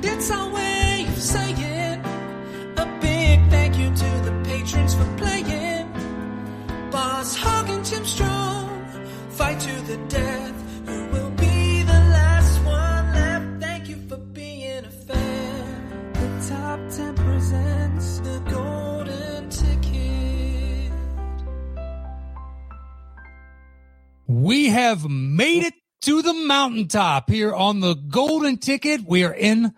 That's our way of saying a big thank you to the patrons for playing. Boss Hog and Tim Strong fight to the death. Who will be the last one left? Thank you for being a fan. The top ten presents the golden ticket. We have made it to the mountaintop here on the golden ticket. We are in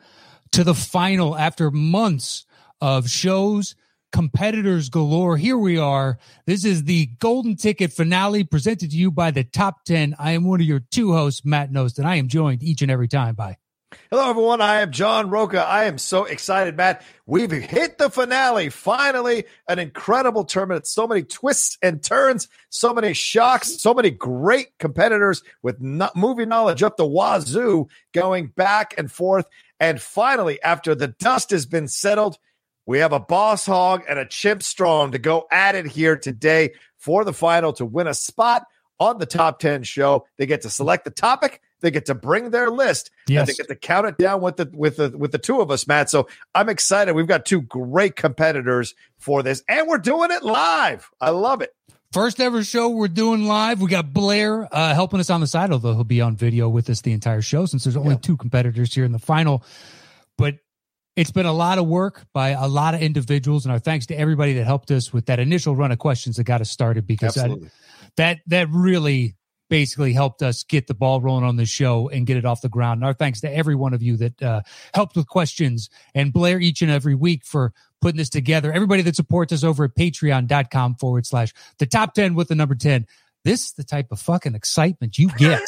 to the final after months of shows, competitors galore. Here we are. This is the golden ticket finale presented to you by the top 10. I am one of your two hosts, Matt Nost, and I am joined each and every time by Hello, everyone. I am John Roca. I am so excited, Matt. We've hit the finale. Finally, an incredible tournament. So many twists and turns, so many shocks, so many great competitors with no- movie knowledge up the wazoo going back and forth. And finally, after the dust has been settled, we have a boss hog and a chimp strong to go at it here today for the final to win a spot on the top 10 show. They get to select the topic, they get to bring their list, and they Yes. get to count it down with the with the with the two of us, Matt. So I'm excited. We've got two great competitors for this, and we're doing it live. I love it. First ever show we're doing live. We got Blair uh, helping us on the side, although he'll be on video with us the entire show since there's only two competitors here in the final. But it's been a lot of work by a lot of individuals, and our thanks to everybody that helped us with that initial run of questions that got us started because uh, I, Absolutely. that that really basically helped us get the ball rolling on the show and get it off the ground. And our thanks to every one of you that uh, helped with questions and Blair each and every week for putting this together. Everybody that supports us over at patreon.com forward slash the top 10 with the number 10. This is the type of fucking excitement you get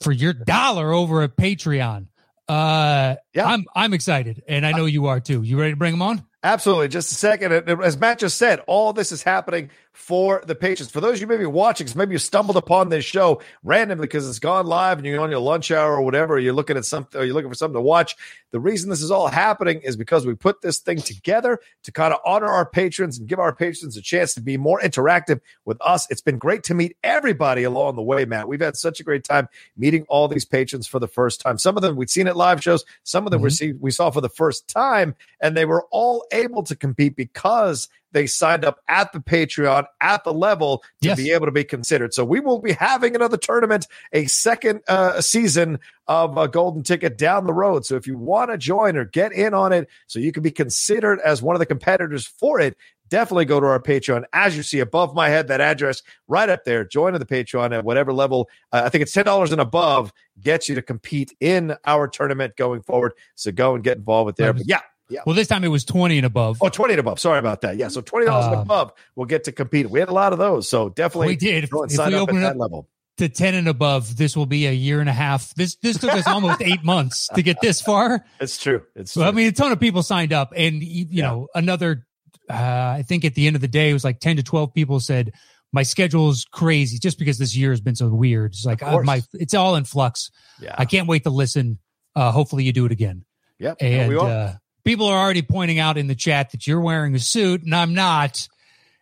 for your dollar over at Patreon. Uh, Yeah. I'm, I'm excited and I know you are too. You ready to bring them on? Absolutely. Just a second. And As Matt just said, all this is happening for the patrons. For those of you maybe watching, 'cause maybe you stumbled upon this show randomly because it's gone live and you're on your lunch hour or whatever, you're looking at something or you're looking for something to watch. The reason this is all happening is because we put this thing together to kind of honor our patrons and give our patrons a chance to be more interactive with us. It's been great to meet everybody along the way, Matt. We've had such a great time meeting all these patrons for the first time. Some of them we'd seen at live shows, some of them we see we saw for the first time, and they were all able to compete because they signed up at the Patreon at the level to Yes. be able to be considered. So we will be having another tournament, a second uh, season of a golden ticket down the road. So if you want to join or get in on it, so you can be considered as one of the competitors for it. Definitely go to our Patreon. As you see above my head, that address right up there. Join the Patreon at whatever level. Uh, I think it's ten dollars and above gets you to compete in our tournament going forward. So go and get involved with there. But yeah, yeah. Well, this time it was 20 and above. Oh, 20 and above. Sorry about that. Yeah. So $20 and Uh, above will get to compete. We had a lot of those. So definitely We did. go and If sign we up at open it that up- level. to 10 and above this will be a year and a half this this took us almost eight months to get this far It's true. It's true. so i mean a ton of people signed up and y- you Yeah. know another uh, i think at the end of the day it was like 10 to 12 people said my schedule is crazy just because this year has been so weird it's like Of uh, course. my it's all in flux yeah. i can't wait to listen uh hopefully you do it again yep. Yeah, and we are. uh, people are already pointing out in the chat that you're wearing a suit and I'm not.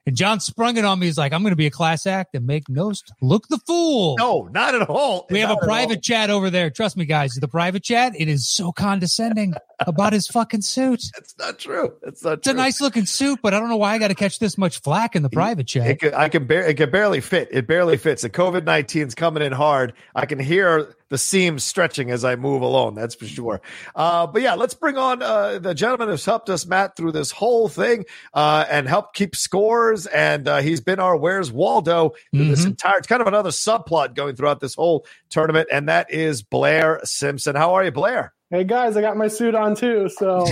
And John sprung it on me. He's like, I'm going to be a class act and make Nost look the fool. no, not at all. We have Not a at all. private chat over there. Trust me, guys. The private chat, it is so condescending about his fucking suit. That's not true. That's not It's a true. nice looking suit, but I don't know why I got to catch this much flack in the private It chat. can, I can bar- it can barely fit. It barely fits. The COVID 19 is coming in hard. I can hear the seams stretching as I move along. That's for sure. Uh, but yeah, let's bring on uh, the gentleman who's helped us, Matt, through this whole thing uh, and helped keep scores. And uh, he's been our Where's Waldo through this Mhm. entire, it's kind of another subplot going throughout this whole tournament. And that is Blair Simpson. How are you, Blair? Hey guys, I got my suit on too, so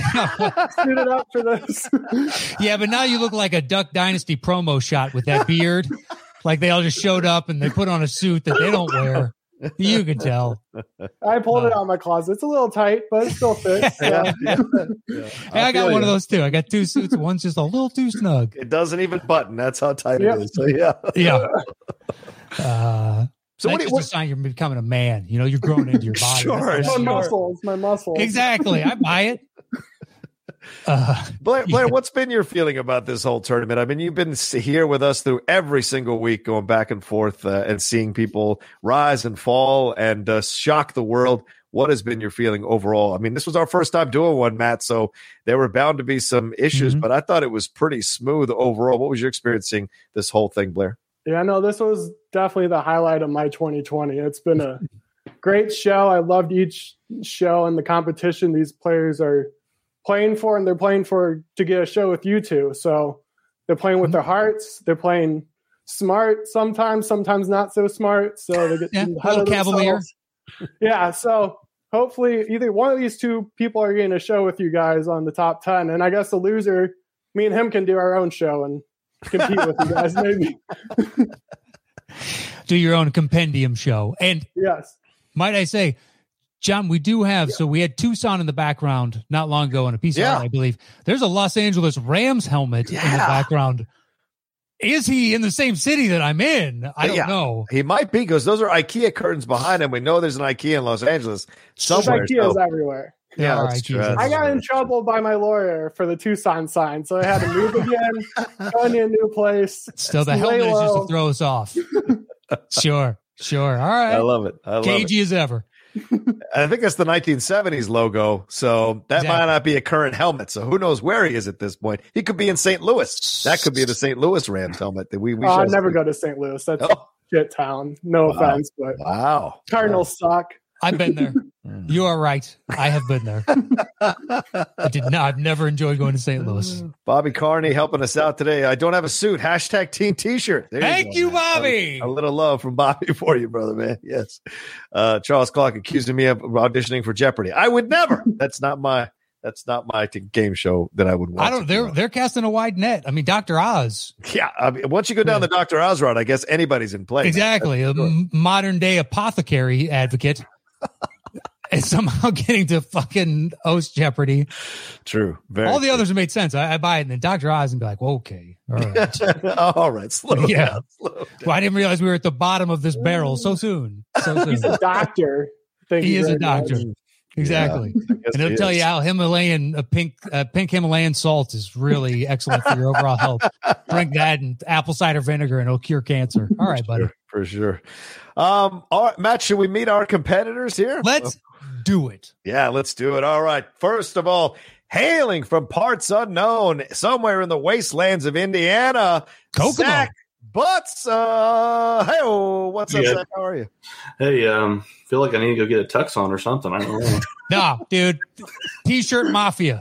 suited up for this. yeah, but now you look like a Duck Dynasty promo shot with that beard. like they all just showed up and they put on a suit that they don't wear. You can tell. I pulled it out of my closet. It's a little tight, but it still fits. So. yeah. Hey, I, got feel one of you. those too. I got two suits. One's just a little too snug. It doesn't even button. That's how tight Yep. it is. So yeah. Yeah. Uh, So that's what do you, just what, a sign you're becoming a man. You know, you're growing into your body. Sure, That's It's what my that is. muscle. It's my muscle. Exactly. I buy it. Uh, Blair, Blair, Yeah. what's been your feeling about this whole tournament? I mean, you've been s- here with us through every single week, going back and forth uh, and seeing people rise and fall and uh, shock the world. What has been your feeling overall? I mean, this was our first time doing one, Matt, so there were bound to be some issues, Mhm. but I thought it was pretty smooth overall. What was your experiencing this whole thing, Blair? Yeah, no, this was definitely the highlight of my 2020. It's been a great show. I loved each show and the competition these players are playing for, and they're playing for to get a show with you two. So they're playing with their Mm-hmm. hearts. They're playing smart sometimes, sometimes not so smart. So they get Yeah, ahead a little of themselves. cavalier. Yeah, so hopefully either one of these two people are getting a show with you guys on the top 10. And I guess the loser, me and him can do our own show and compete with you guys, maybe. Do your own compendium show. And Yes. might I say, John, we do have so we had Tucson in the background not long ago in a piece of Yeah. art, I believe. There's a Los Angeles Rams helmet in the Yeah. background. Is he in the same city that I'm in? I don't Yeah. know. He might be because those are IKEA curtains behind him. We know there's an IKEA in Los Angeles There's somewhere. IKEAs so- everywhere. There Yeah, are that's true. IKEAs. That's I got in That's trouble by my lawyer for the Tucson sign, so I had to move again, go to a new place. Still, the Lay helmet is just to low. throw us off. sure, sure. I All right. love it. I love it. Cagey as ever. I think that's the 1970s logo. So that Exactly. might not be a current helmet. So who knows where he is at this point? He could be in St. Louis. That could be the St. Louis Rams helmet that we we Oh, I shall never see. go to St. Louis. That's Oh, shit town. No Wow. offense, but wow. Cardinals suck. I've been there. You are right. I have been there. I did not. I've never enjoyed going to St. Louis. Bobby Carney helping us out today. I don't have a suit. Hashtag team t-shirt. There Thank go, you, man. Bobby. A little love from Bobby for you, brother, man. Yes. Uh, Charles Clark accusing me of auditioning for Jeopardy. I would never. That's not my that's not my t- game show that I would watch. I don't. if They're you they're casting a wide net. I mean, Doctor Oz. Yeah, I mean, once you go down the Doctor Oz route, I guess anybody's in play. exactly a m- modern day apothecary advocate and somehow getting to fucking host jeopardy True. Very all the true. others have made sense I, I buy it and then dr oz and be like well, okay all right all right, slow Yeah. down. Slow down. well i didn't realize we were at the bottom of this barrel so soon so He's soon a doctor. Thank he you is a very much. doctor exactly and he'll tell you how himalayan a pink uh, pink himalayan salt is really excellent for your overall health drink that and apple cider vinegar and it'll cure cancer all right buddy Sure, for sure. Um, all right, Matt, should we meet our competitors here? let's do it Yeah, let's do it. All right. First of all, hailing from parts unknown, somewhere in the wastelands of Indiana, Kokomo. Zach Butts. Uh, hey, what's up, Yeah. Zach? How are you? Hey, um, feel like I need to go get a tux on or something. I don't know. nah dude t-shirt mafia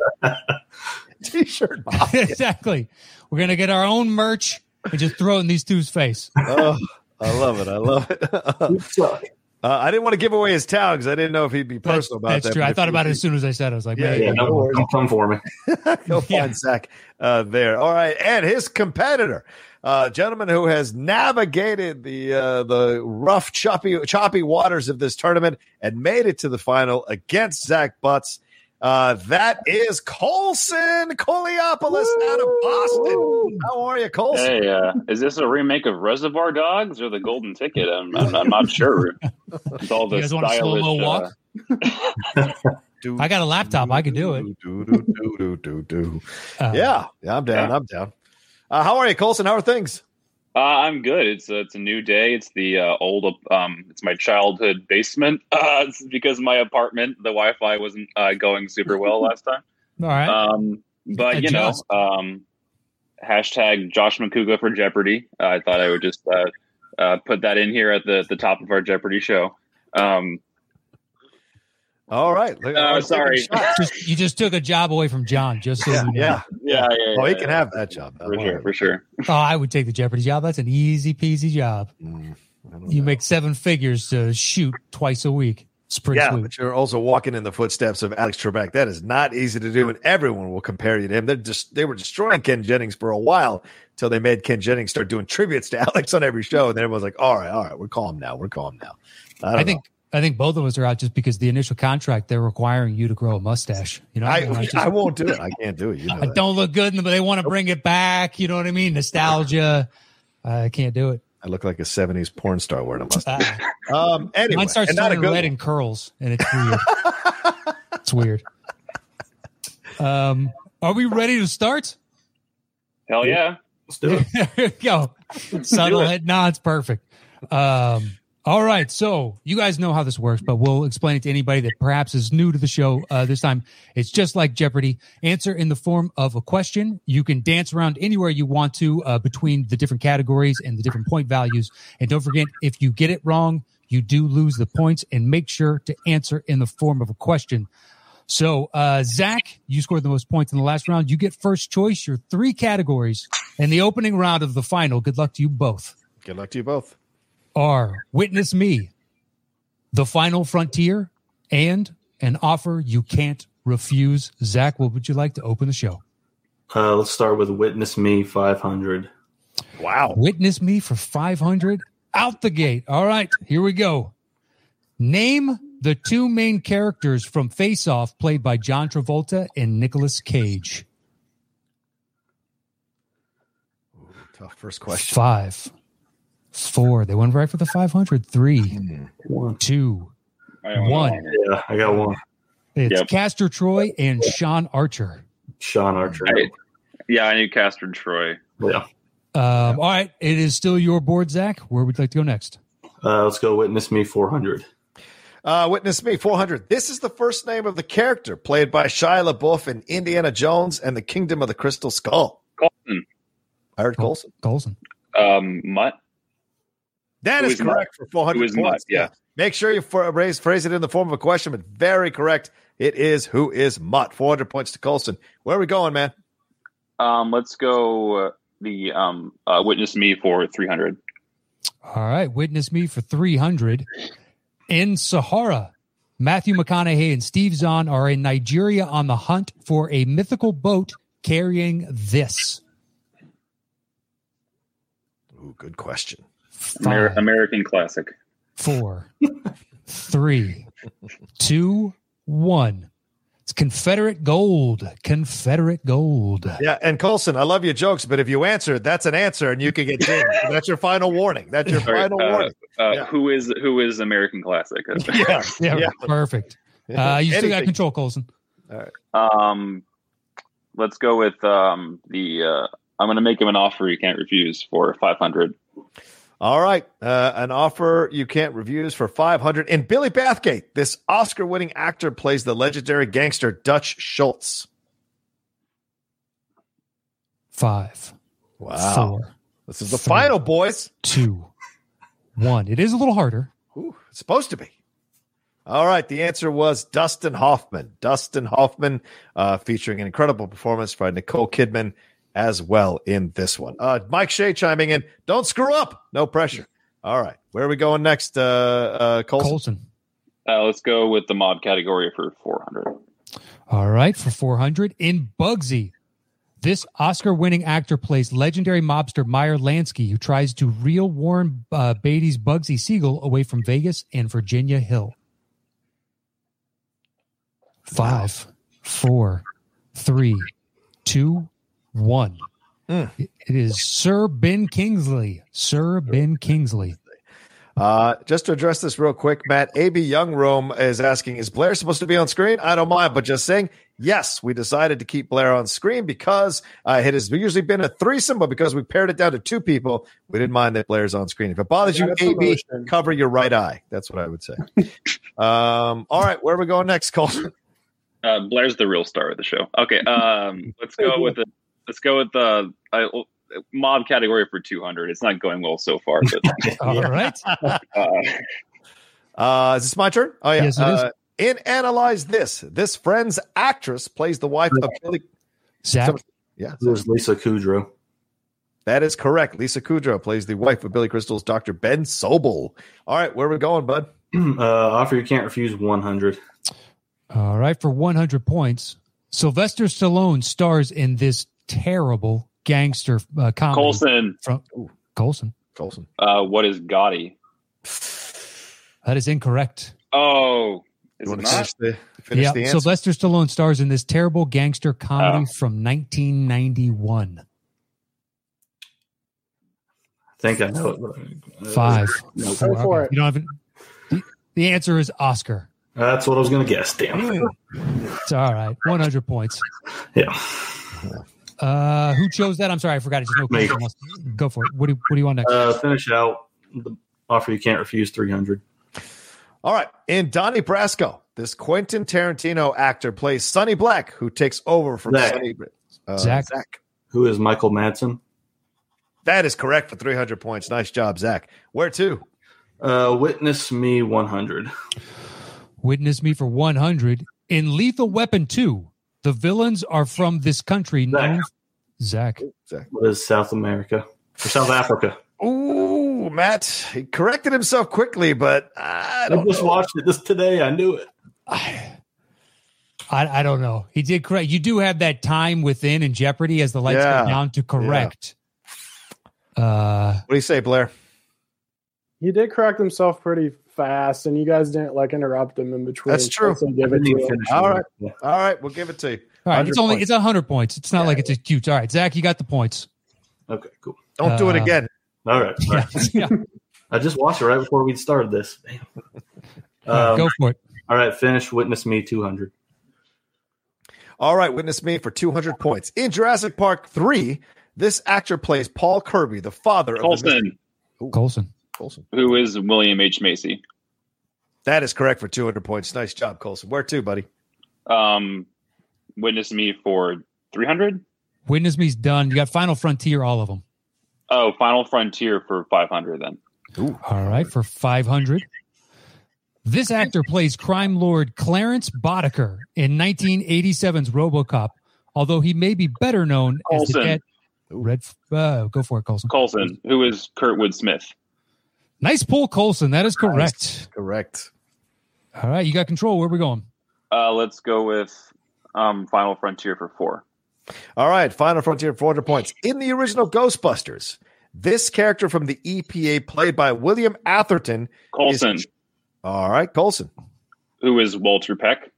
T-shirt. exactly. We're gonna get our own merch and just throw it in these two's face. oh, I love it. I love it. uh, You suck. I didn't want to give away his town because I didn't know if he'd be That's, personal about that's that. true. but I if thought he- about it as soon as I said it. I was like, Yeah, man, yeah, no don't, worries. don't come for me. You'll Yeah. find Zach uh, there. All right, and his competitor, uh, gentleman who has navigated the uh, the rough, choppy, choppy waters of this tournament and made it to the final against Zach Butts. Uh, that is Colson Coleopolis out of Boston. How are you, Colson? Hey, uh, is this a remake of Reservoir Dogs or The Golden Ticket? I'm, I'm, I'm not sure. It's all You the guys want a slow stylish. mo uh, walk? Do- I got a laptop. I can do it. Do, do, do, do, do, do. Uh, Yeah, yeah, I'm down. Yeah. I'm down. Uh, how are you, Colson? How are things? uh, I'm good. It's a, it's a new day. It's the uh, old. Um, it's my childhood basement. Uh, it's because my apartment, the Wi-Fi wasn't uh, going super well last time. All right. Um, but you know, Adjust. um, hashtag Josh McCouga for Jeopardy. Uh, I thought I would just uh, uh, put that in here at the at the top of our Jeopardy show. Um, All right. Look- Oh, I'm taking sorry. shots. just, you just took a job away from John. Just so Yeah, you know. yeah. yeah, yeah, Oh, he yeah, can yeah. have that job. for sure, for sure. Oh, I would take the Jeopardy job. That's an easy peasy job. Mm, I don't You know. make seven figures to shoot twice a week. It's pretty yeah, sweet. but you're also walking in the footsteps of Alex Trebek. That is not easy to do, and everyone will compare you to him. They're just they were destroying Ken Jennings for a while until they made Ken Jennings start doing tributes to Alex on every show, and then everyone's like, "All right, all right, we're calm now. We're calm now." I, don't I think I think both of us are out just because the initial contract they're requiring you to grow a mustache. You know, know. I, don't know, I, just- won't do it. I can't do it. You know I that. don't look good, but they want to bring it back. You know what I mean? Nostalgia. I can't do it. I look like a '70s porn star wearing a mustache. Uh, Um, anyway, mine starts and not a turning good red and curls, and it's weird. it's weird. Um, are we ready to start? Hell yeah. Let's do it. There we go. Subtle it. head nods, perfect. Um, All right. So you guys know how this works, but we'll explain it to anybody that perhaps is new to the show uh, this time. It's just like Jeopardy. Answer in the form of a question. You can dance around anywhere you want to uh, between the different categories and the different point values. And don't forget, if you get it wrong, you do lose the points and make sure to answer in the form of a question. So, uh, Zach, you scored the most points in the last round. You get first choice, your three categories, and the opening round of the final. Good luck to you both Good luck to you both. are Witness Me, The Final Frontier, and An Offer You Can't Refuse. Zach, what would you like to open the show? Uh, let's start with Witness Me 500. Wow. Witness Me for 500 out the gate. All right, here we go. Name the two main characters from Face Off played by John Travolta and Nicolas Cage. Tough first question. Five, four. They went right for the 500. Three, One. two, I don't one. Yeah, I got one. It's Yep. Castor Troy and Sean Archer. Sean Archer. Right. Yeah, I knew Castor Troy. Yeah. Um, all right, it is still your board, Zach. Where would you like to go next? Uh, let's go Witness Me 400. Uh, Witness Me 400. This is the first name of the character played by Shia LaBeouf in Indiana Jones and the Kingdom of the Crystal Skull. Colton. I heard Colson. Colson. Um, Mutt. That Who is is Mutt? correct for 400 Who is Mutt, points. yeah. Make sure you for, raise, phrase it in the form of a question, but very correct. It is who is Mutt. 400 points to Colson. Where are we going, man? Um, let's go uh, the um, uh, Witness Me for 300. All right, witness me for 300. In Sahara, Matthew McConaughey and Steve Zahn are in Nigeria on the hunt for a mythical boat carrying this. Ooh, good question. Amer- Five, American classic. four, three, two, one. It's Confederate gold. Confederate gold. Yeah, and Colson, I love your jokes, but if you answer, that's an answer, and you can get dinged. that's your final warning. That's your All right, final uh, warning. Uh, Yeah. Who is who is American classic? Yeah, Yeah, Yeah. perfect. Uh, you still got Anything. control, Colson. Um, let's go with um, the. Uh, I'm going to make him an offer he can't refuse for 500. All right, uh, an offer you can't refuse for five hundred. And Billy Bathgate, this Oscar-winning actor, plays the legendary gangster Dutch Schultz. Five, four, this is the Three. final, boys. two, one. It is a little harder. Ooh, it's supposed to be. All right, the answer was Dustin Hoffman. Dustin Hoffman, uh, featuring an incredible performance by Nicole Kidman as well in this one. Uh, Mike Shea chiming in. Don't screw up. No pressure. All right, where are we going next? Uh, uh, Colson? Colson. Uh, let's go with the mod category for 400. All right, for 400 in Bugsy. This Oscar winning actor plays legendary mobster Meyer Lansky, who tries to reel Warren uh, Beatty's Bugsy Siegel away from Vegas and Virginia Hill. Five, four, three, two, one. Hmm. It is Sir Ben Kingsley. Sir Ben Kingsley. Uh, just to address this real quick, Matt AB Young Rome is asking, is Blair supposed to be on screen? I don't mind, but just saying, yes, we decided to keep Blair on screen because uh, it has usually been a threesome, but because we pared it down to two people, we didn't mind that Blair's on screen. If it bothers you, That's AB, emotion. cover your right eye. That's what I would say. um, all right, where are we going next, Colton? Uh, Blair's the real star of the show. Okay, um, let's go with the let's go with the uh, mod category for 200. It's not going well so far, but All right. uh, Uh, is this my turn? Oh yeah. Yes, it is. uh, In analyze this, this friend's actress plays the wife of Billy. Zach. Yeah, There's Lisa Kudrow. That is correct. Lisa Kudrow plays the wife of Billy Crystal's Dr. Ben Sobel. All right, where are we going, bud? uh, offer you can't refuse 100. All right, for 100 points, Sylvester Stallone stars in this terrible gangster uh, comedy. Colson. From, Colson. Colson. Uh, what is Gotti? That is incorrect. Oh, You is it want to not? finish the, finish yeah, the answer? Sylvester Stallone stars in this terrible gangster comedy from 1991. I think I know it. but- uh, Five. Nope. Go for it. You don't have the, the answer is Oscar. That's what I was going to guess. Damn. It's all right. 100 points. Yeah. Uh, who chose that? I'm sorry, I forgot. It's no Me. question. Go for it. What do, what do you want next? Uh, finish out the Offer you can't refuse 300. All right. In Donnie Brasco, this Quentin Tarantino actor plays Sonny Black, who takes over from Zach. Sonny uh, Zach. Zach. Who is Michael Madsen? That is correct for 300 points. Nice job, Zach. Where to? Uh, Witness Me 100. Witness me for 100. In Lethal Weapon 2, the villains are from this country known. Zach. What is South America? Or South Africa? Ooh, Matt. He corrected himself quickly, but I I don't just know. watched it this today. I knew it. I, I don't know. He did correct. You do have that time within in Jeopardy as the lights Yeah. go down to correct. Uh, What do you say, Blair? He did correct himself pretty fast, and you guys didn't like interrupt him in between. That's true. So give it Didn't to even him. finish it. All right. Yeah. All right, we'll give it to you. all right, it's 100 only points. it's hundred points. It's not like it's a cute. All right, Zach, you got the points. Okay, cool. Don't do it Uh, again. All right. All right. yeah, Um, I just watched it right before we started this. Damn. Um, go for it. all right, finish Witness Me 200. All right, witness me for 200 points. In Jurassic Park 3, this actor plays Paul Kirby, the father of the Colson, Colson. Colson. who is William H. Macy. That is correct for 200 points. Nice job, Colson. Where to, buddy? Um, witness me for 300. Witness me's done. You got Final Frontier, all of them. Oh, Final Frontier for 500 then. All right, for 500. This actor plays crime lord Clarence Boddicker in 1987's RoboCop, although he may be better known as the Coulson. dead. Red, uh, go for it, Colson. Colson, who is Kurtwood Smith. Nice pull, Colson. That is correct. Correct. All right, you got control. Where are we going? Uh, let's go with um, Final Frontier for four. All right, Final Frontier 400 points. In the original Ghostbusters, this character from the EPA, played by William Atherton, Colson, all right, Colson. who is Walter Peck.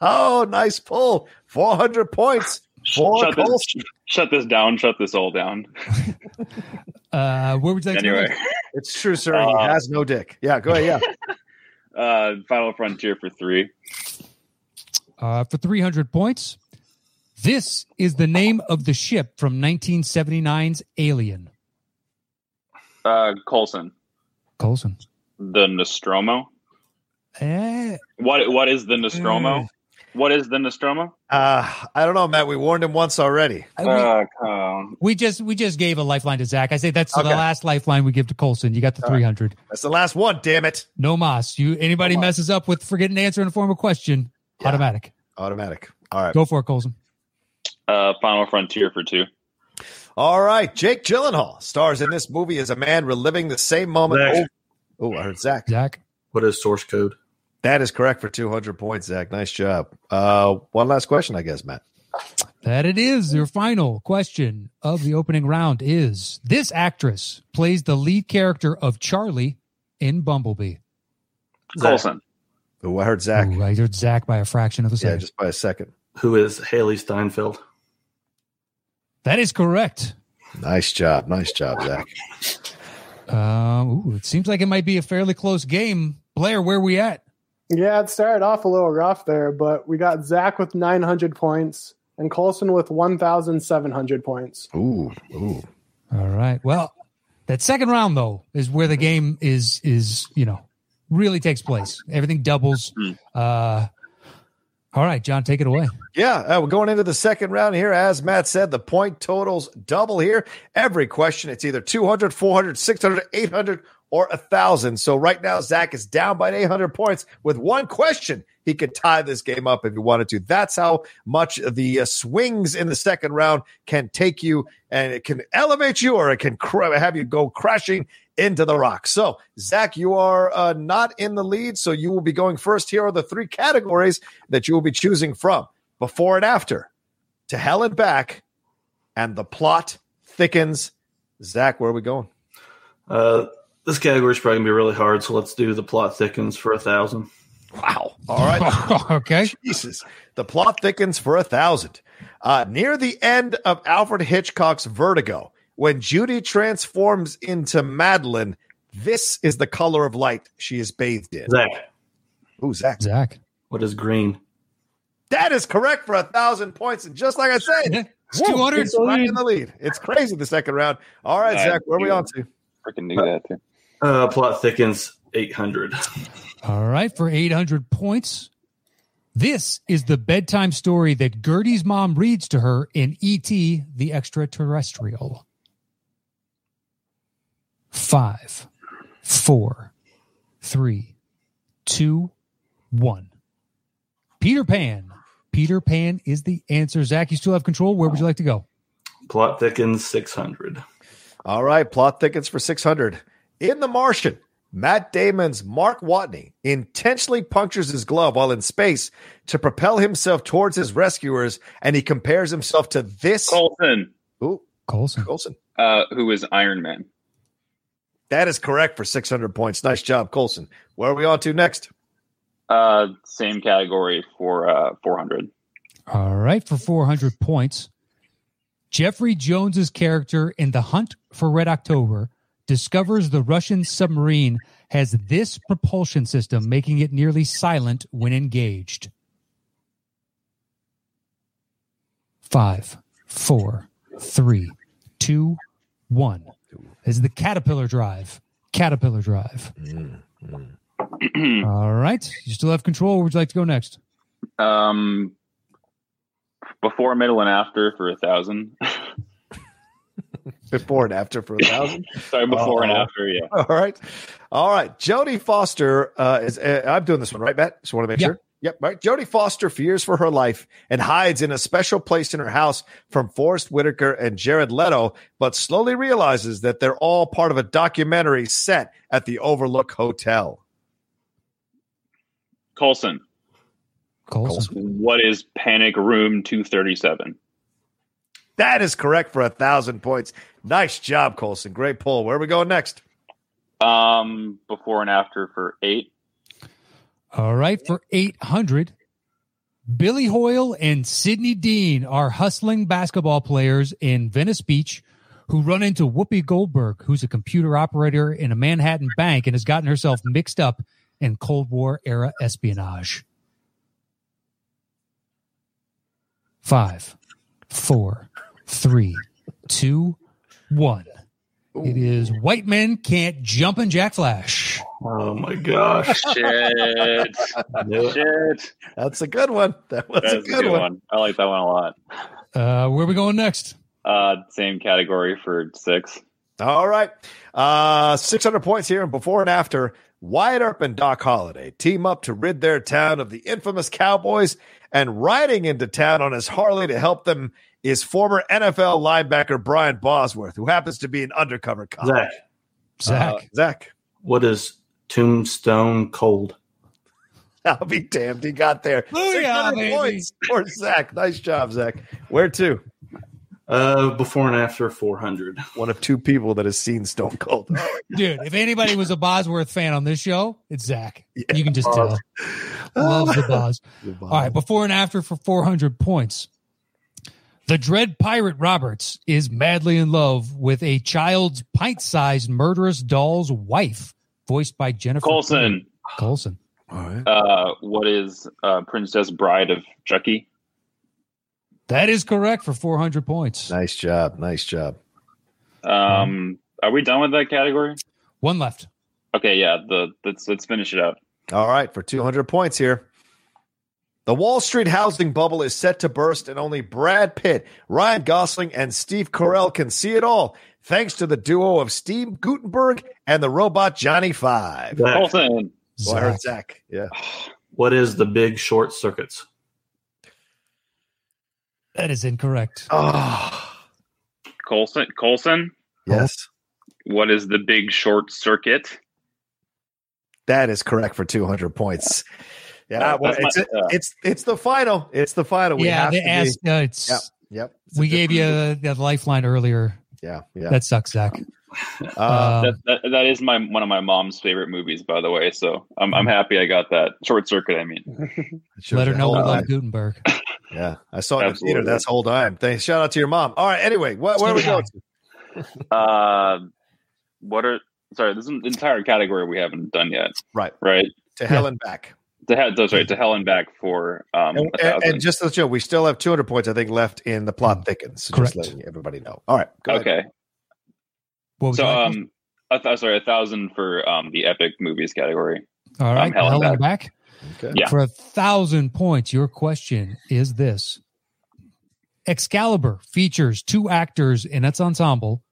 Oh, nice pull. 400 points for Shut this, Colson. shut this down. Shut this all down. Uh, where would you like Anyway, to go? It's true, sir. he Uh, has no dick. Yeah, go ahead. Yeah. uh, Final Frontier for three. Uh, for 300 points. This is the name of the ship from 1979's Alien. Uh, Colson, Colson. the Nostromo. Eh, What What is the Mm. Nostromo? What is the Nostromo? Uh, I don't know, Matt. We warned him once already. I- we- Uh, um, We just we just gave a lifeline to Zach. I say that's the Okay. last lifeline we give to Colson. You got the All right. three hundred. That's the last one, damn it. No mas. You anybody No mas. messes up with forgetting to answer in a form of question, Yeah. automatic. Automatic. All right. Go for it, Colson. uh, Final Frontier for two. All right. Jake Gyllenhaal stars in this movie as a man reliving the same moment. Zach. Oh, I heard Zach. Zach. What is source code? That is correct for 200 points, Zach. Nice job. Uh, one last question, I guess, Matt. That it is. Your final question of the opening round is this actress plays the lead character of Charlie in Bumblebee. Colson, Oh, I heard Zach. Ooh, I heard Zach by a fraction of a yeah, second. just by a second. Who is Haley Steinfeld? that is correct. Nice job. Nice job, Zach. Um, ooh, it seems like it might be a fairly close game. Blair, where we at? Yeah, it started off a little rough there, but we got Zach with 900 points and Colson with 1,700 points. Ooh, ooh. All right. Well, that second round though is where the game is is you know really takes place. Everything doubles. Hmm. Uh, all right, John, take it away. Yeah, uh, we're going into the second round here. As Matt said, the point totals double here. Every question, it's either 200, 400, 600, 800, or 1,000. So right now, Zach is down by 800 points. With one question, he could tie this game up if he wanted to. That's how much the uh, swings in the second round can take you, and it can elevate you or it can cr- have you go crashing into the rock. So, Zach, you are uh, not in the lead, so you will be going first. Here are the three categories that you will be choosing from before and after, to hell and back, and the plot thickens. Zach, where are we going? Uh, this category is probably going to be really hard, so let's do The Plot Thickens for a 1,000. Wow. All right. okay. Jesus. The plot thickens for a thousand. Uh, near the end of Alfred Hitchcock's Vertigo, when Judy transforms into Madeline, this is the color of light she is bathed in. Zach, Ooh, Zach. Zach. what is green? That is correct for a thousand points. And just like I said, It's 200. it's right in the lead. It's crazy the second round. All right, Nice. Zach, where are we on to? freaking knew that. Too. Uh, plot thickens 800. All right, for 800 points. This is the bedtime story that Gertie's mom reads to her in E.T. the Extraterrestrial. Five, four, three, two, one. Peter Pan. Peter Pan is the answer. Zach, you still have control. Where would you like to go? Plot thickens 600. All right, plot thickens for 600. In The Martian, Matt Damon's Mark Watney intentionally punctures his glove while in space to propel himself towards his rescuers, and he compares himself to this. Colton, Ooh, Colson. Colson. uh, who is Iron Man. That is correct for 600 points. Nice job, Colson. Where are we on to next? Uh, same category for uh, 400. All right, for 400 points. Jeffrey Jones's character in The Hunt for Red October discovers the Russian submarine has this propulsion system, making it nearly silent when engaged. Five, four, three, two, one. This is the Caterpillar Drive. Caterpillar Drive. All right. You still have control. Where would you like to go next? um, before, middle, and after for a thousand. Before and after for a thousand. Sorry, before and Uh-huh. Uh-oh. after. Yeah. All right. All right. Jodie Foster uh, is, uh, I'm doing this one, right, Matt? Just want to make Yeah. sure. Yep. All right. Jodie Foster fears for her life and hides in a special place in her house from Forrest Whitaker and Jared Leto, but slowly realizes that they're all part of a documentary set at the Overlook Hotel. Colson, Colson. what is Panic Room 237? That is correct for a thousand points. Nice job, Colson. Great pull. Where are we going next? Um, before and after for eight. All right, for 800. Billy Hoyle and Sidney Dean are hustling basketball players in Venice Beach who run into Whoopi Goldberg, who's a computer operator in a Manhattan bank and has gotten herself mixed up in Cold War era espionage. Five, four, three, two, one. It is white men can't jump in Jack Flash. Oh my gosh. Shit. Knew it. Shit. That's a good one. That was That's a good one. I like that one a lot. Uh, where are we going next? Uh, same category for six. All right. Uh, 600 points here and before and after. Wyatt Earp and Doc Holliday team up to rid their town of the infamous Cowboys, and riding into town on his Harley to help them is former NFL linebacker Brian Bosworth, who happens to be an undercover cop. Zach, Zach. Uh, Zach. what is tombstone cold? I'll be damned. He got there. Booyah, 600 baby. points for Zach. Nice job, Zach. Where to? Uh, before and after 400. One of two people that has seen Stone Cold. Dude, if anybody was a Bosworth fan on this show, it's Zach. You can just tell. Boz. Loves the Bos. All right, before and after for 400 points. The dread pirate Roberts is madly in love with a child's pint sized murderous doll's wife, voiced by Jennifer Colson, Colson. All right. uh, what is uh, Princess Bride of Chucky? That is correct for 400 points. Nice job. Nice job. Um, are we done with that category? One left. Okay, yeah. The let's let's finish it up. All right, for 200 points here. The Wall Street housing bubble is set to burst, and only Brad Pitt, Ryan Gosling, and Steve Carell can see it all, thanks to the duo of Steve Gutenberg and the robot Johnny Five. Zach, Colson, Oh, I Zach. heard Zach. Yeah. what is the big short circuits? That is incorrect. Oh, Colson, Colson. yes. What is the Big Short Circuit? That is correct for 200 points. Yeah, well, it's, That's my- yeah. it's it's the final. It's the final. We yeah, have they to be- asked. Uh, it's, Yep. we gave you a, a lifeline earlier. Yeah. Yeah. That sucks, Zach. Uh, Um, That, that, that is my one of my mom's favorite movies, by the way. So I'm I'm happy I got that short circuit. I mean, shows Let her you know how we old I love am. Gutenberg. Yeah, I saw it in the theater. Absolutely. That's whole time. Thanks. Shout out to your mom. All right. Anyway, what, where are we Yeah. going? uh, what are sorry? This is an entire category we haven't done yet. Right. Right. To hell and back. To hell, sorry, to hell and back for um. And, a and, thousand. and just to let you know, we still have 200 points, I think, left in the plot thickens. So Correct. Just letting everybody know. All right. Oh, Go ahead. okay. What would So you like? um, a th- sorry, a thousand for um, the epic movies category. All right, held Helen back. back. Okay. Yeah. For a thousand points, your question is this Excalibur features two actors in its ensemble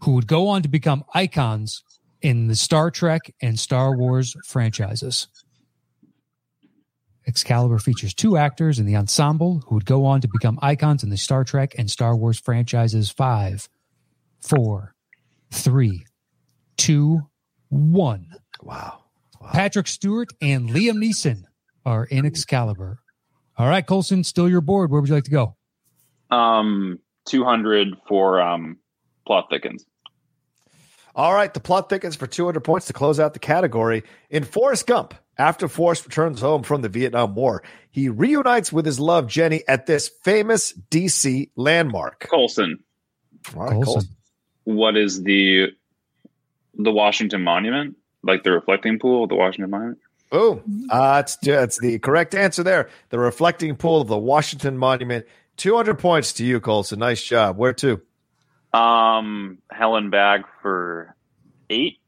who would go on to become icons in the Star Trek and Star Wars franchises. Excalibur features two actors in the ensemble who would go on to become icons in the Star Trek and Star Wars franchises. Five, four, three, two, one. Wow. Patrick Stewart and Liam Neeson are in Excalibur. All right, Colson, still your board. Where would you like to go? Um, two hundred for um, plot thickens. All right, the plot thickens for 200 points to close out the category. In Forrest Gump, after Forrest returns home from the Vietnam War, he reunites with his love Jenny at this famous DC landmark. Colson, All right, Colson. Colson. what is the the Washington Monument? Like the reflecting pool of the Washington Monument? Boom. Uh, it's, it's the correct answer there. The reflecting pool of the Washington Monument. 200 points to you, Colson. Nice job. Where to? Um, Helen Bag for eight.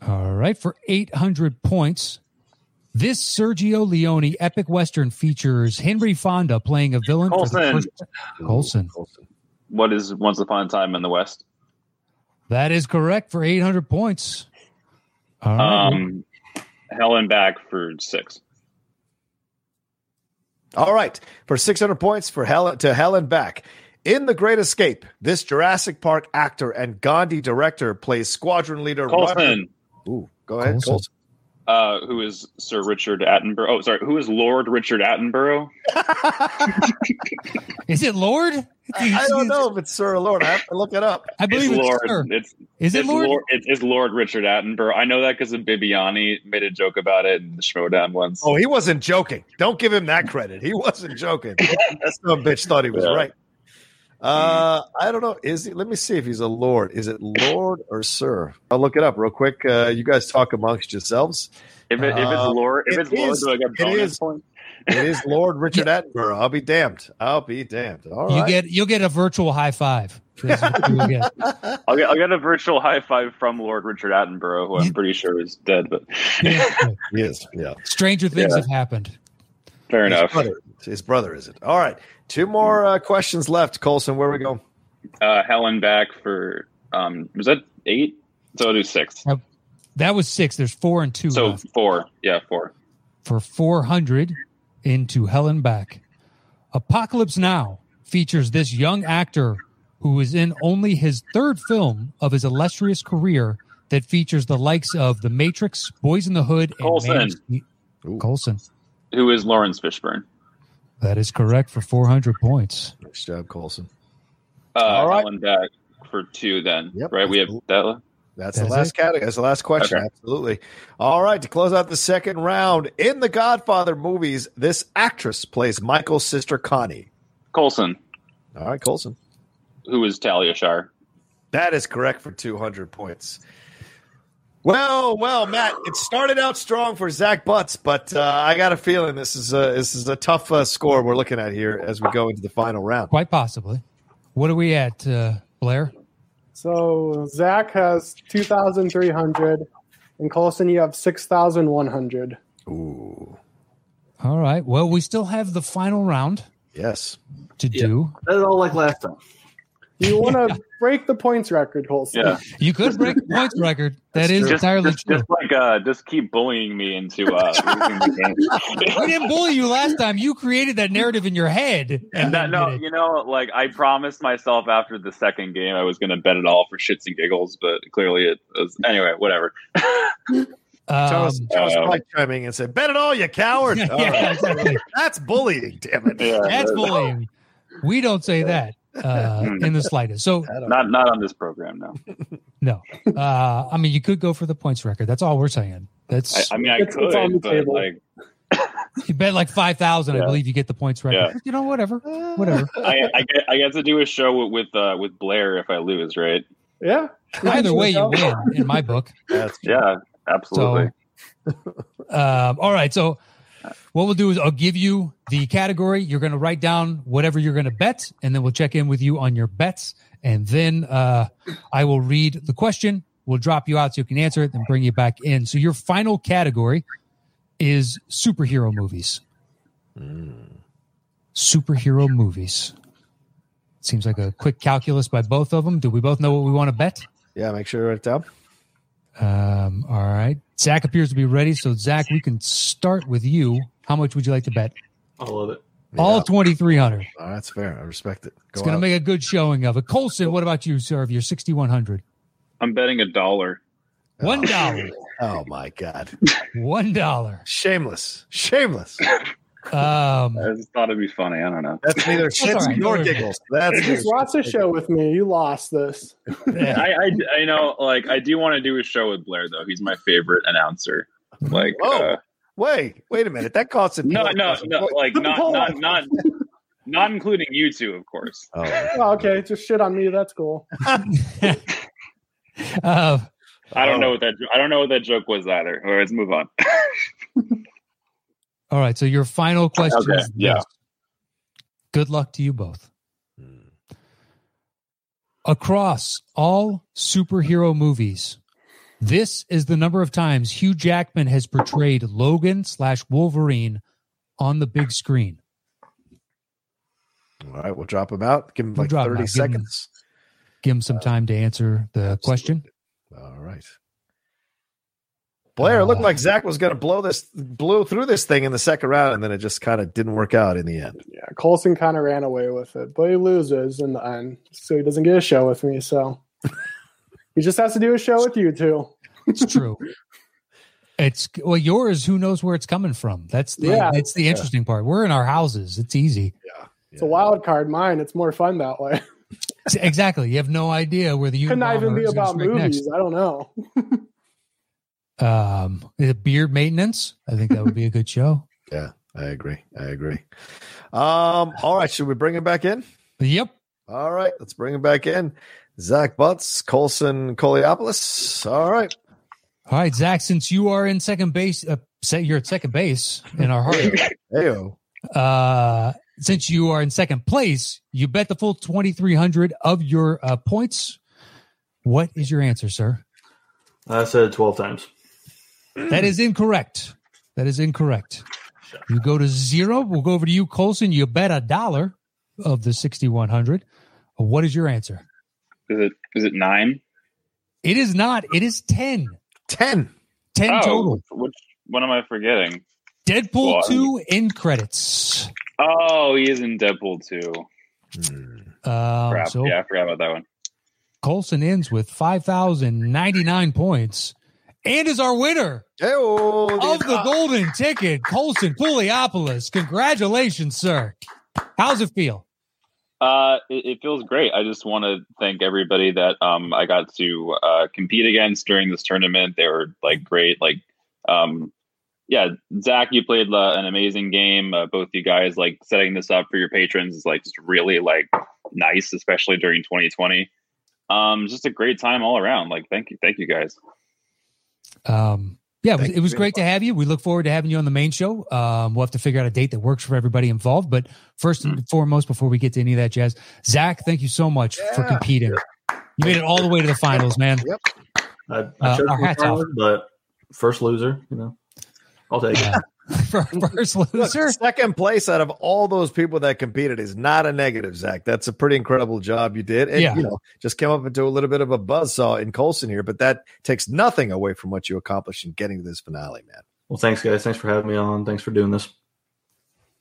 All right, for 800 points. This Sergio Leone epic western features Henry Fonda playing a villain. for the Colson. first- Colson. What is Once Upon a Time in the West? That is correct for 800 points. All right. Um, Helen Bag for six. All right, for 600 points for Helen to Helen Back. In The Great Escape, this Jurassic Park actor and Gandhi director plays squadron leader Roger- Colson, Ooh, go ahead. Colson. Colson. uh, who is Sir Richard Attenborough? Oh, sorry, who is Lord Richard Attenborough? Is it Lord? I don't know if it's Sir or Lord. I have to look it up. I believe it's it's, Lord. Sir. It's, Is it it's Lord? Lord. It's, it's Lord Richard Attenborough. I know that because Bibiani made a joke about it in the Schmodown once. Oh, he wasn't joking. Don't give him that credit. He wasn't joking. that some bitch thought he was Yeah. right. Uh, I don't know. Is he? Let me see if he's a lord. Is it lord or sir? I'll look it up real quick. Uh, you guys talk amongst yourselves. if, it, if it's Uh, Lord, if it it's Lord, is- do I get it bonus is- point? It is Lord Richard Attenborough. I'll be damned. I'll be damned. All you right. get you'll get a virtual high five. That's what you'll get. I'll get, I'll get a virtual high five from Lord Richard Attenborough, who You- I'm pretty sure is dead. But Yeah. yes. Yeah. Stranger things Yeah. have happened. fair His enough. brother, his brother is it. All right. Two more uh, questions left. Colson, where we go? Uh, Helen back for um, was that eight? So I'll do six. That was six. There's four and two So left four, yeah, four. for 400 into Helen Back. Apocalypse Now features this young actor who is in only his third film of his illustrious career that features the likes of The Matrix, Boys in the Hood, and Coulson. Man of Steel- Ooh. Coulson. Who is Lawrence Fishburne? That is correct for 400 points. Nice job, Colson. Uh, All right. Helen back for two. Then Yep, right, we have absolutely. that. left? That's, That's the last it? category. That's the last question. Okay. Absolutely. All right. To close out the second round in the Godfather movies, this actress plays Michael's sister Connie. Colson, All right, Colson. who is Talia Shire? That is correct for 200 points. Well, well, Matt, it started out strong for Zach Butts, but uh, I got a feeling this is a, this is a tough uh, score we're looking at here as we go into the final round. Quite possibly. What are we at, uh, Blair? So Zach has 2,300, and Colson, you have 6,100. Ooh, All right. Well, we still have the final round yes. to Yeah. do. That's all like last time. You want to break the points record, Colson. Yeah. You could break the points record. That That's is true. just, entirely just, true. just like uh, just keep bullying me into uh, losing the game. We didn't bully you last time. You created that narrative in your head. And then that, no, did it. you know, like I promised myself after the second game, I was going to bet it all for shits and giggles, but clearly it was. Anyway, whatever. Charles, Um, Charles um, Pike chiming in and said, "Bet it all, you coward." All Oh. yeah, right. exactly. That's bullying. Damn it. Yeah, That's uh, bullying. We don't say that uh, Hmm. in the slightest. So, I don't Not not on this program. No, no. Uh, I mean, you could go for the points record. That's all we're saying. I, That's I mean I It's- could, it's on the but table. like you bet like five thousand. I Yeah. believe you get the points record. Yeah. But, You know, whatever, whatever. I, I get I get to do a show with with, uh, with Blair if I lose, right? Yeah. Either way, you win in my book. That's Yeah, absolutely. So, um, all right. So, what we'll do is I'll give you the category. You're going to write down whatever you're going to bet, and then we'll check in with you on your bets. And then uh, I will read the question. We'll drop you out so you can answer it, then bring you back in. So your final category is superhero movies. Superhero movies. Seems like a quick calculus by both of them. Do we both know what we want to bet? Yeah, make sure to write it down. Um, all right. Zach appears to be ready. So, Zach, we can start with you. How much would you like to bet? I love it. All Yeah. 2,300. All right, that's fair. I respect it. It's Go going to out. make a good showing of it. Colson, what about you, sir, of your 6,100? I'm betting a dollar. One dollar. oh my god, One dollar. shameless, shameless. Um, I just thought it'd be funny. I don't know. That's neither shits all right. nor giggles. That's Just watch the show with me. You lost this. yeah. I, I, I know, like, I do want to do a show with Blair though. He's my favorite announcer. Like, Whoa. uh, Wait, wait a minute. That costs a no, no, no, like Put the not, poll not, up. not, not including you two, of course. Oh, Oh, okay, just shit on me. That's cool. Uh, I don't Oh. know what that, I don't know what that joke was either. All right, let's move on. all right. So your final question. Okay, is yeah. this. Good luck to you both. Hmm. Across all superhero movies, this is the number of times Hugh Jackman has portrayed Logan slash Wolverine on the big screen. All right, we'll drop him out. Give him We'll like drop him thirty out. Give him- seconds. Give him some Uh, time to answer the question. All right. Blair, it looked Uh, like Zach was going to blow this, blow through this thing in the second round, and then it just kind of didn't work out in the end. Yeah, Colson kind of ran away with it, but he loses in the end, so he doesn't get a show with me. So he just has to do a show with you two. It's true. It's well, yours. Who knows where it's coming from? That's the Yeah. that's the interesting part. We're in our houses. It's easy. It's a wild card. Mine. It's more fun that way. Exactly. You have no idea where the Could not even Unabomber be is gonna about strike next. movies. I don't know. Um, is it beard maintenance. I think that would be a good show. I agree. I agree. Um. All right, should we bring him back in? But yep. All right, let's bring him back in. Zach Butts, Colson Koliopoulos. All right. All right, Zach. Since you are in second base, uh, say you're at second base in our heart. Heyo. uh, since you are in second place, you bet the full twenty three hundred of your uh, points. What is your answer, sir? I said it 12 times. That is incorrect. That is incorrect. You go to zero. We'll go over to you, Colson. You bet a dollar of the 6,100. What is your answer? Is it, is it nine? It is not. It is 10. 10. 10 oh, total. Which one am I forgetting? Deadpool Well, I 2 in credits. Oh, he is in Deadpool too. Um, Crap. so yeah, I forgot about that one. Colson ends with 5,099 points and is our winner Heyo. of the golden ticket, Colson Pouliopoulos. Congratulations, sir. How's it feel? Uh, it, it feels great. I just want to thank everybody that um, I got to uh, compete against during this tournament. They were like great. Like, um, yeah, Zach, you played uh, an amazing game. Uh, both you guys like setting this up for your patrons is like just really like nice, especially during 2020. Um, just a great time all around. Like, thank you, thank you guys. Um, yeah, it was, Thank it was you very great to have you. We look forward to having you on the main show. Um, we'll have to figure out a date that works for everybody involved. But Hmm. first and foremost, before we get to any of that jazz, Zach, thank you so much for Yeah. competing. You made it all the way to the finals, man. I, I Uh, chose our the hats off. finals, but first loser, you know. I'll take it. Yeah. For our first Look, loser. second place out of all those people that competed is not a negative, Zach. That's a pretty incredible job you did. And, Yeah. you know, just came up into a little bit of a buzzsaw in Colson here, but that takes nothing away from what you accomplished in getting to this finale, man. Well, thanks, guys. Thanks for having me on. Thanks for doing this.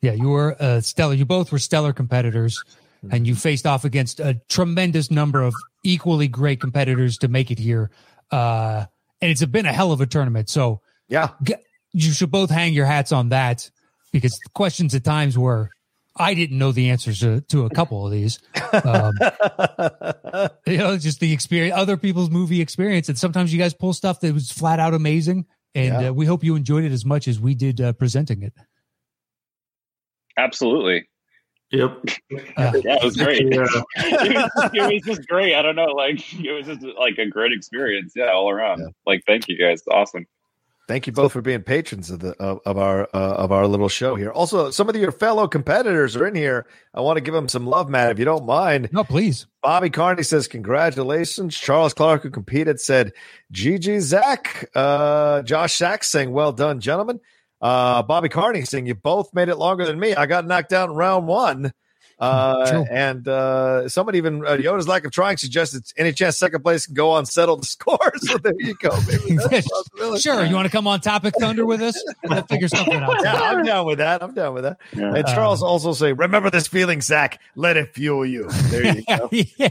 Yeah, you were uh, stellar. You both were stellar competitors, Hmm. and you faced off against a tremendous number of equally great competitors to make it here. Uh, and it's been a hell of a tournament. So Yeah. you should both hang your hats on that because the questions at times were I didn't know the answers to, to a couple of these. Um, you know, just the experience, other people's movie experience, and sometimes you guys pull stuff that was flat out amazing. And Yeah. uh, we hope you enjoyed it as much as we did uh, presenting it. Absolutely. Yep. Uh, Yeah, it was great. Yeah. it, was, it was just great. I don't know, like it was just like a great experience. Yeah, all around. Yeah. Like, thank you guys. Awesome. Thank you both for being patrons of the of, of our uh, of our little show here. Also, some of your fellow competitors are in here. I want to give them some love, Matt, if you don't mind. No, please. Bobby Carney says, Congratulations. Charles Clark, who competed, said, GG Zach. Uh, Josh Sachs saying, Well done, gentlemen. Uh, Bobby Carney saying, You both made it longer than me. I got knocked down in round one. Uh, True. and uh, someone even, uh, Yoda's lack of trying suggested any chance second place can go on, settle the score. so there you go. Maybe that's a possibility. Sure. You want to come on Topic Thunder with us? We'll figure something out. Yeah, I'm down with that. I'm down with that. Yeah. And Charles also saying, Remember this feeling, Zach. Let it fuel you. There you go. yeah.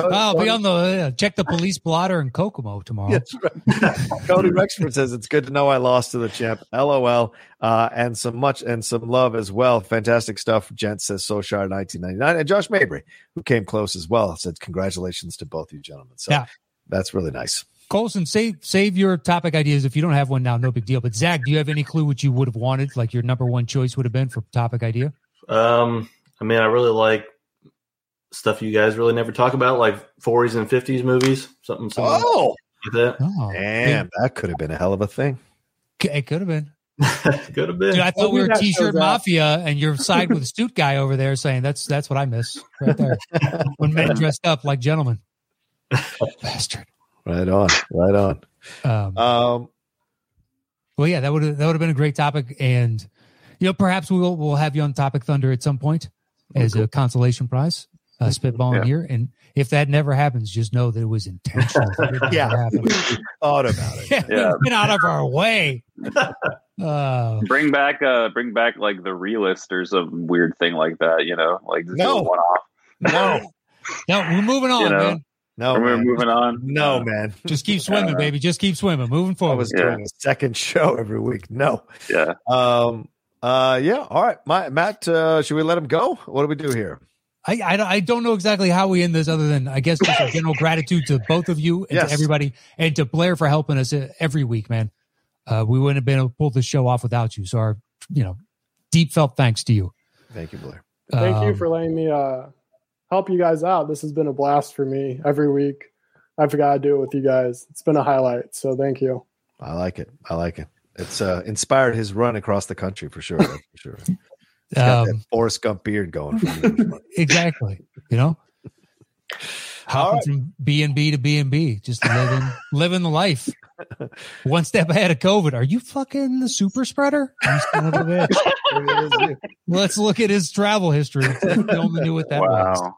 I'll be on the uh, check the police blotter in Kokomo tomorrow. That's right. Cody Rexford says it's good to know I lost to the champ. LOL. Uh, and some much and some love as well. Fantastic stuff. Gent says Soshar 1999. And Josh Mabry, who came close as well, said congratulations to both you gentlemen. So Yeah. that's really nice. Colson, save save your topic ideas. If you don't have one now, no big deal. But Zach, do you have any clue what you would have wanted? Like your number one choice would have been for topic idea? Um, I mean, I really like stuff you guys really never talk about, like 40s and 50s movies, something similar Oh, like Oh, damn. That could have been a hell of a thing. it, it could have been. that. Could Dude, have been. I thought we Maybe were that shows T-shirt up. mafia, and you're side with suit guy over there saying that's that's what I miss right there when men dressed up like gentlemen. Bastard. Right on. Right on. Um, Um, Well, yeah, that would have that would have been a great topic, and you know, perhaps we'll we'll have you on Topic Thunder at some point as a consolation prize. Uh, spitballing Yeah. here, and if that never happens, just know that it was intentional. It didn't Yeah. happen. thought about it. Yeah. we've been out of our way. Uh, Bring back, uh, bring back like the relist or some weird thing like that. You know, like just No. one off. No, no, we're moving on, You know. man. no, we're Oh, man. moving on. no, man. Just keep swimming, baby. Just keep swimming. Moving I forward. was Yeah. doing a second show every week. No. Yeah. Um. Uh. Yeah. All right. My, Matt. Uh, should we let him go? What do we do here? I, I, don't- I don't know exactly how we end this other than I guess just a general gratitude to both of you and Yes. to everybody and to Blair for helping us uh, every week, man. Uh, we wouldn't have been able to pull this show off without you. So our, you know, deep felt thanks to you. Thank you, Blair. Thank you Um, for letting me uh, help you guys out. This has been a blast for me every week. I forgot to do it with you guys. It's been a highlight. So thank you. I like it. I like it. It's uh, inspired his run across the country for sure. that's For sure. He's got um, that Forrest Gump beard going. For exactly. You know, hopping right. from B and B to B and B, just living living the life. One step ahead of COVID. Are you fucking the super spreader? You son of a bitch. Let's look at his travel history. We only knew what that was. Wow.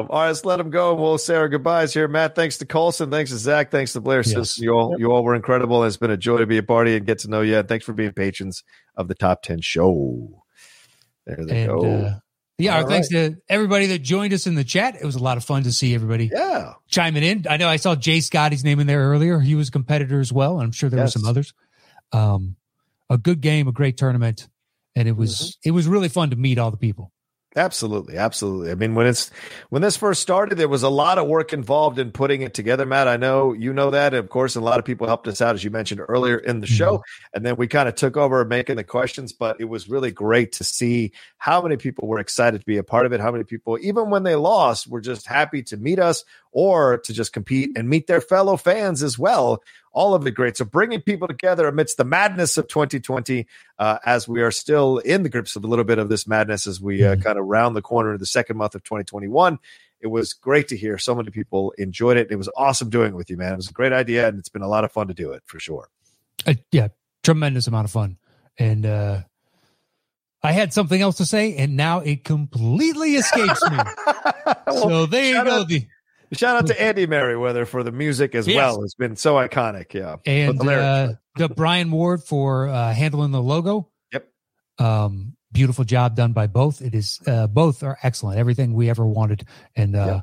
um, all right, let's let him go. We'll say our goodbyes here. Matt, thanks to Colson. Thanks to Zach. Thanks to Blair. Yes. Sis, you all, you all were incredible. It's been a joy to be a party and get to know you. And thanks for being patrons of the Top Ten Show. There they and go. uh, yeah, our All thanks to everybody that joined us in the chat. It was a lot of fun to see everybody yeah. chiming in. I know I saw Jay Scotty's name in there earlier. He was a competitor as well, and I'm sure there Yes. were some others. Um, a good game, a great tournament, and it was Mm-hmm. it was really fun to meet all the people. Absolutely, absolutely. I mean, when it's when this first started, there was a lot of work involved in putting it together, Matt. I know you know that, and of course, a lot of people helped us out, as you mentioned earlier in the Mhm. show. And then we kind of took over making the questions, but it was really great to see how many people were excited to be a part of it. How many people, even when they lost, were just happy to meet us or to just compete and meet their fellow fans as well. All of it great. So bringing people together amidst the madness of 2020 uh, as we are still in the grips of a little bit of this madness as we uh, Mhm. kind of round the corner of the second month of 2021. It was great to hear so many people enjoyed it. It was awesome doing it with you, man. It was a great idea, and it's been a lot of fun to do it for sure. Uh, yeah, tremendous amount of fun, and uh, I had something else to say, and now it completely escapes me. Well, so there you shout go. out- The, shout out to Andy Merriweather for the music as Yes. well. It's been so iconic. Yeah. and the lyrics, uh, the Brian Ward for uh, handling the logo. Yep. Um, beautiful job done by both. It is uh, both are excellent. Everything we ever wanted, and uh, Yep.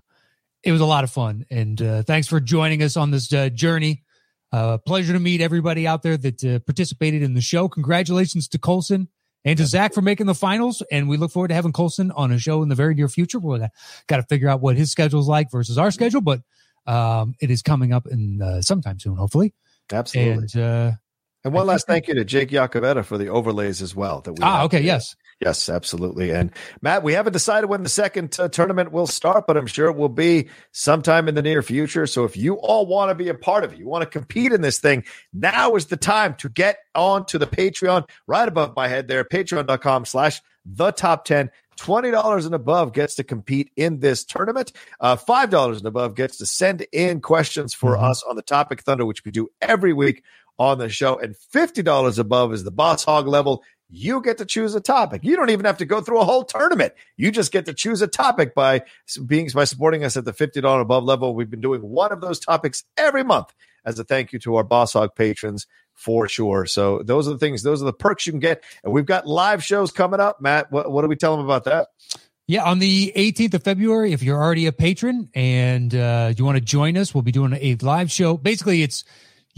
it was a lot of fun. And uh, thanks for joining us on this uh, journey. Uh, pleasure to meet everybody out there that uh, participated in the show. Congratulations to Colson and to Zach for making the finals. And we look forward to having Colson on a show in the very near future. We're gonna got to figure out what his schedule is like versus our schedule, but um, it is coming up in uh, sometime soon, hopefully. Absolutely. And, And uh, one I last think- thank you to Jake Yacovetta for the overlays as well. That we ah, have. okay, yes, Yes, absolutely. And Matt, we haven't decided when the second uh, tournament will start, but I'm sure it will be sometime in the near future. So if you all want to be a part of it, you want to compete in this thing, now is the time to get on to the Patreon right above my head there, patreon.com slash the top 10. $20 and above gets to compete in this tournament. Uh, $5 and above gets to send in questions for us on the Topic Thunder, which we do every week on the show. And $50 above is the Boss Hog level. You get to choose a topic. You don't even have to go through a whole tournament. You just get to choose a topic by being by supporting us at the $50 above level. We've been doing one of those topics every month as a thank you to our Boss Hog patrons for sure. So those are the things, those are the perks you can get. And we've got live shows coming up. Matt, what, what do we tell them about that? Yeah, on the 18th of February, if you're already a patron and uh, you want to join us, we'll be doing a live show. Basically, it's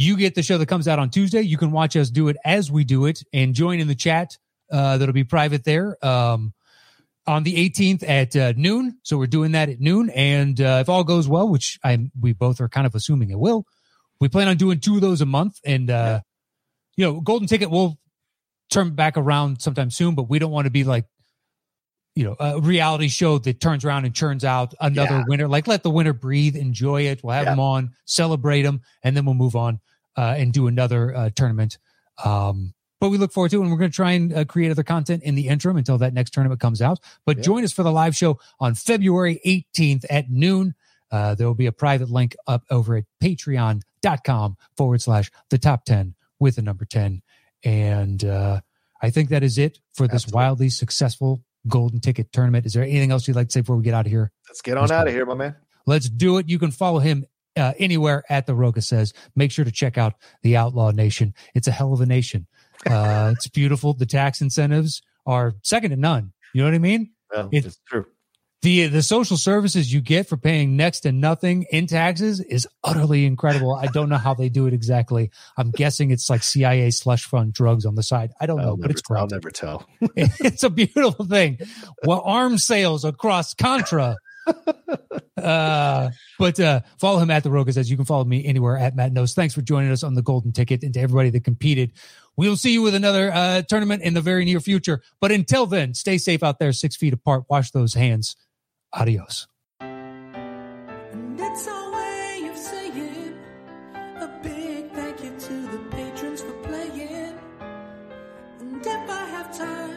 you get the show that comes out on Tuesday. You can watch us do it as we do it and join in the chat. Uh, that'll be private there. Um, on the 18th at uh, noon. So we're doing that at noon. And uh, if all goes well, which I we both are kind of assuming it will, we plan on doing two of those a month. And uh, you know, golden ticket will turn back around sometime soon, but we don't want to be like you know a reality show that turns around and churns out another Yeah. winner. Like let the winner breathe, enjoy it. We'll have Yeah. them on, celebrate them, and then we'll move on uh, and do another uh, tournament. Um, but we look forward to it, and we're going to try and uh, create other content in the interim until that next tournament comes out. But Yeah. join us for the live show on February 18th at noon. Uh, there will be a private link up over at patreon.com forward slash the top 10 with the number 10. And uh, I think that is it for this Absolutely. wildly successful golden ticket tournament. Is there anything else you'd like to say before we get out of here? Let's get on That's out cool. of here, my man. Let's do it. You can follow him uh, anywhere at The Roca Says. Make sure to check out The Outlaw Nation. It's a hell of a nation. Uh, it's beautiful. The tax incentives are second to none. You know what I mean? Well, It- it's true. The the social services you get for paying next to nothing in taxes is utterly incredible. I don't know how they do it exactly. I'm guessing it's like CIA slush fund drugs on the side. I don't know, I'll but never, it's I'll great. never tell. it's a beautiful thing. Well, arms sales across Contra. Uh, but uh, follow him at the Roca says you can follow me anywhere at Matt Knows. Thanks for joining us on the Golden Ticket and to everybody that competed. We'll see you with another uh, tournament in the very near future. But until then, stay safe out there, six feet apart. Wash those hands. Adios. And it's our way of saying a big thank you to the patrons for playing. And if I have time,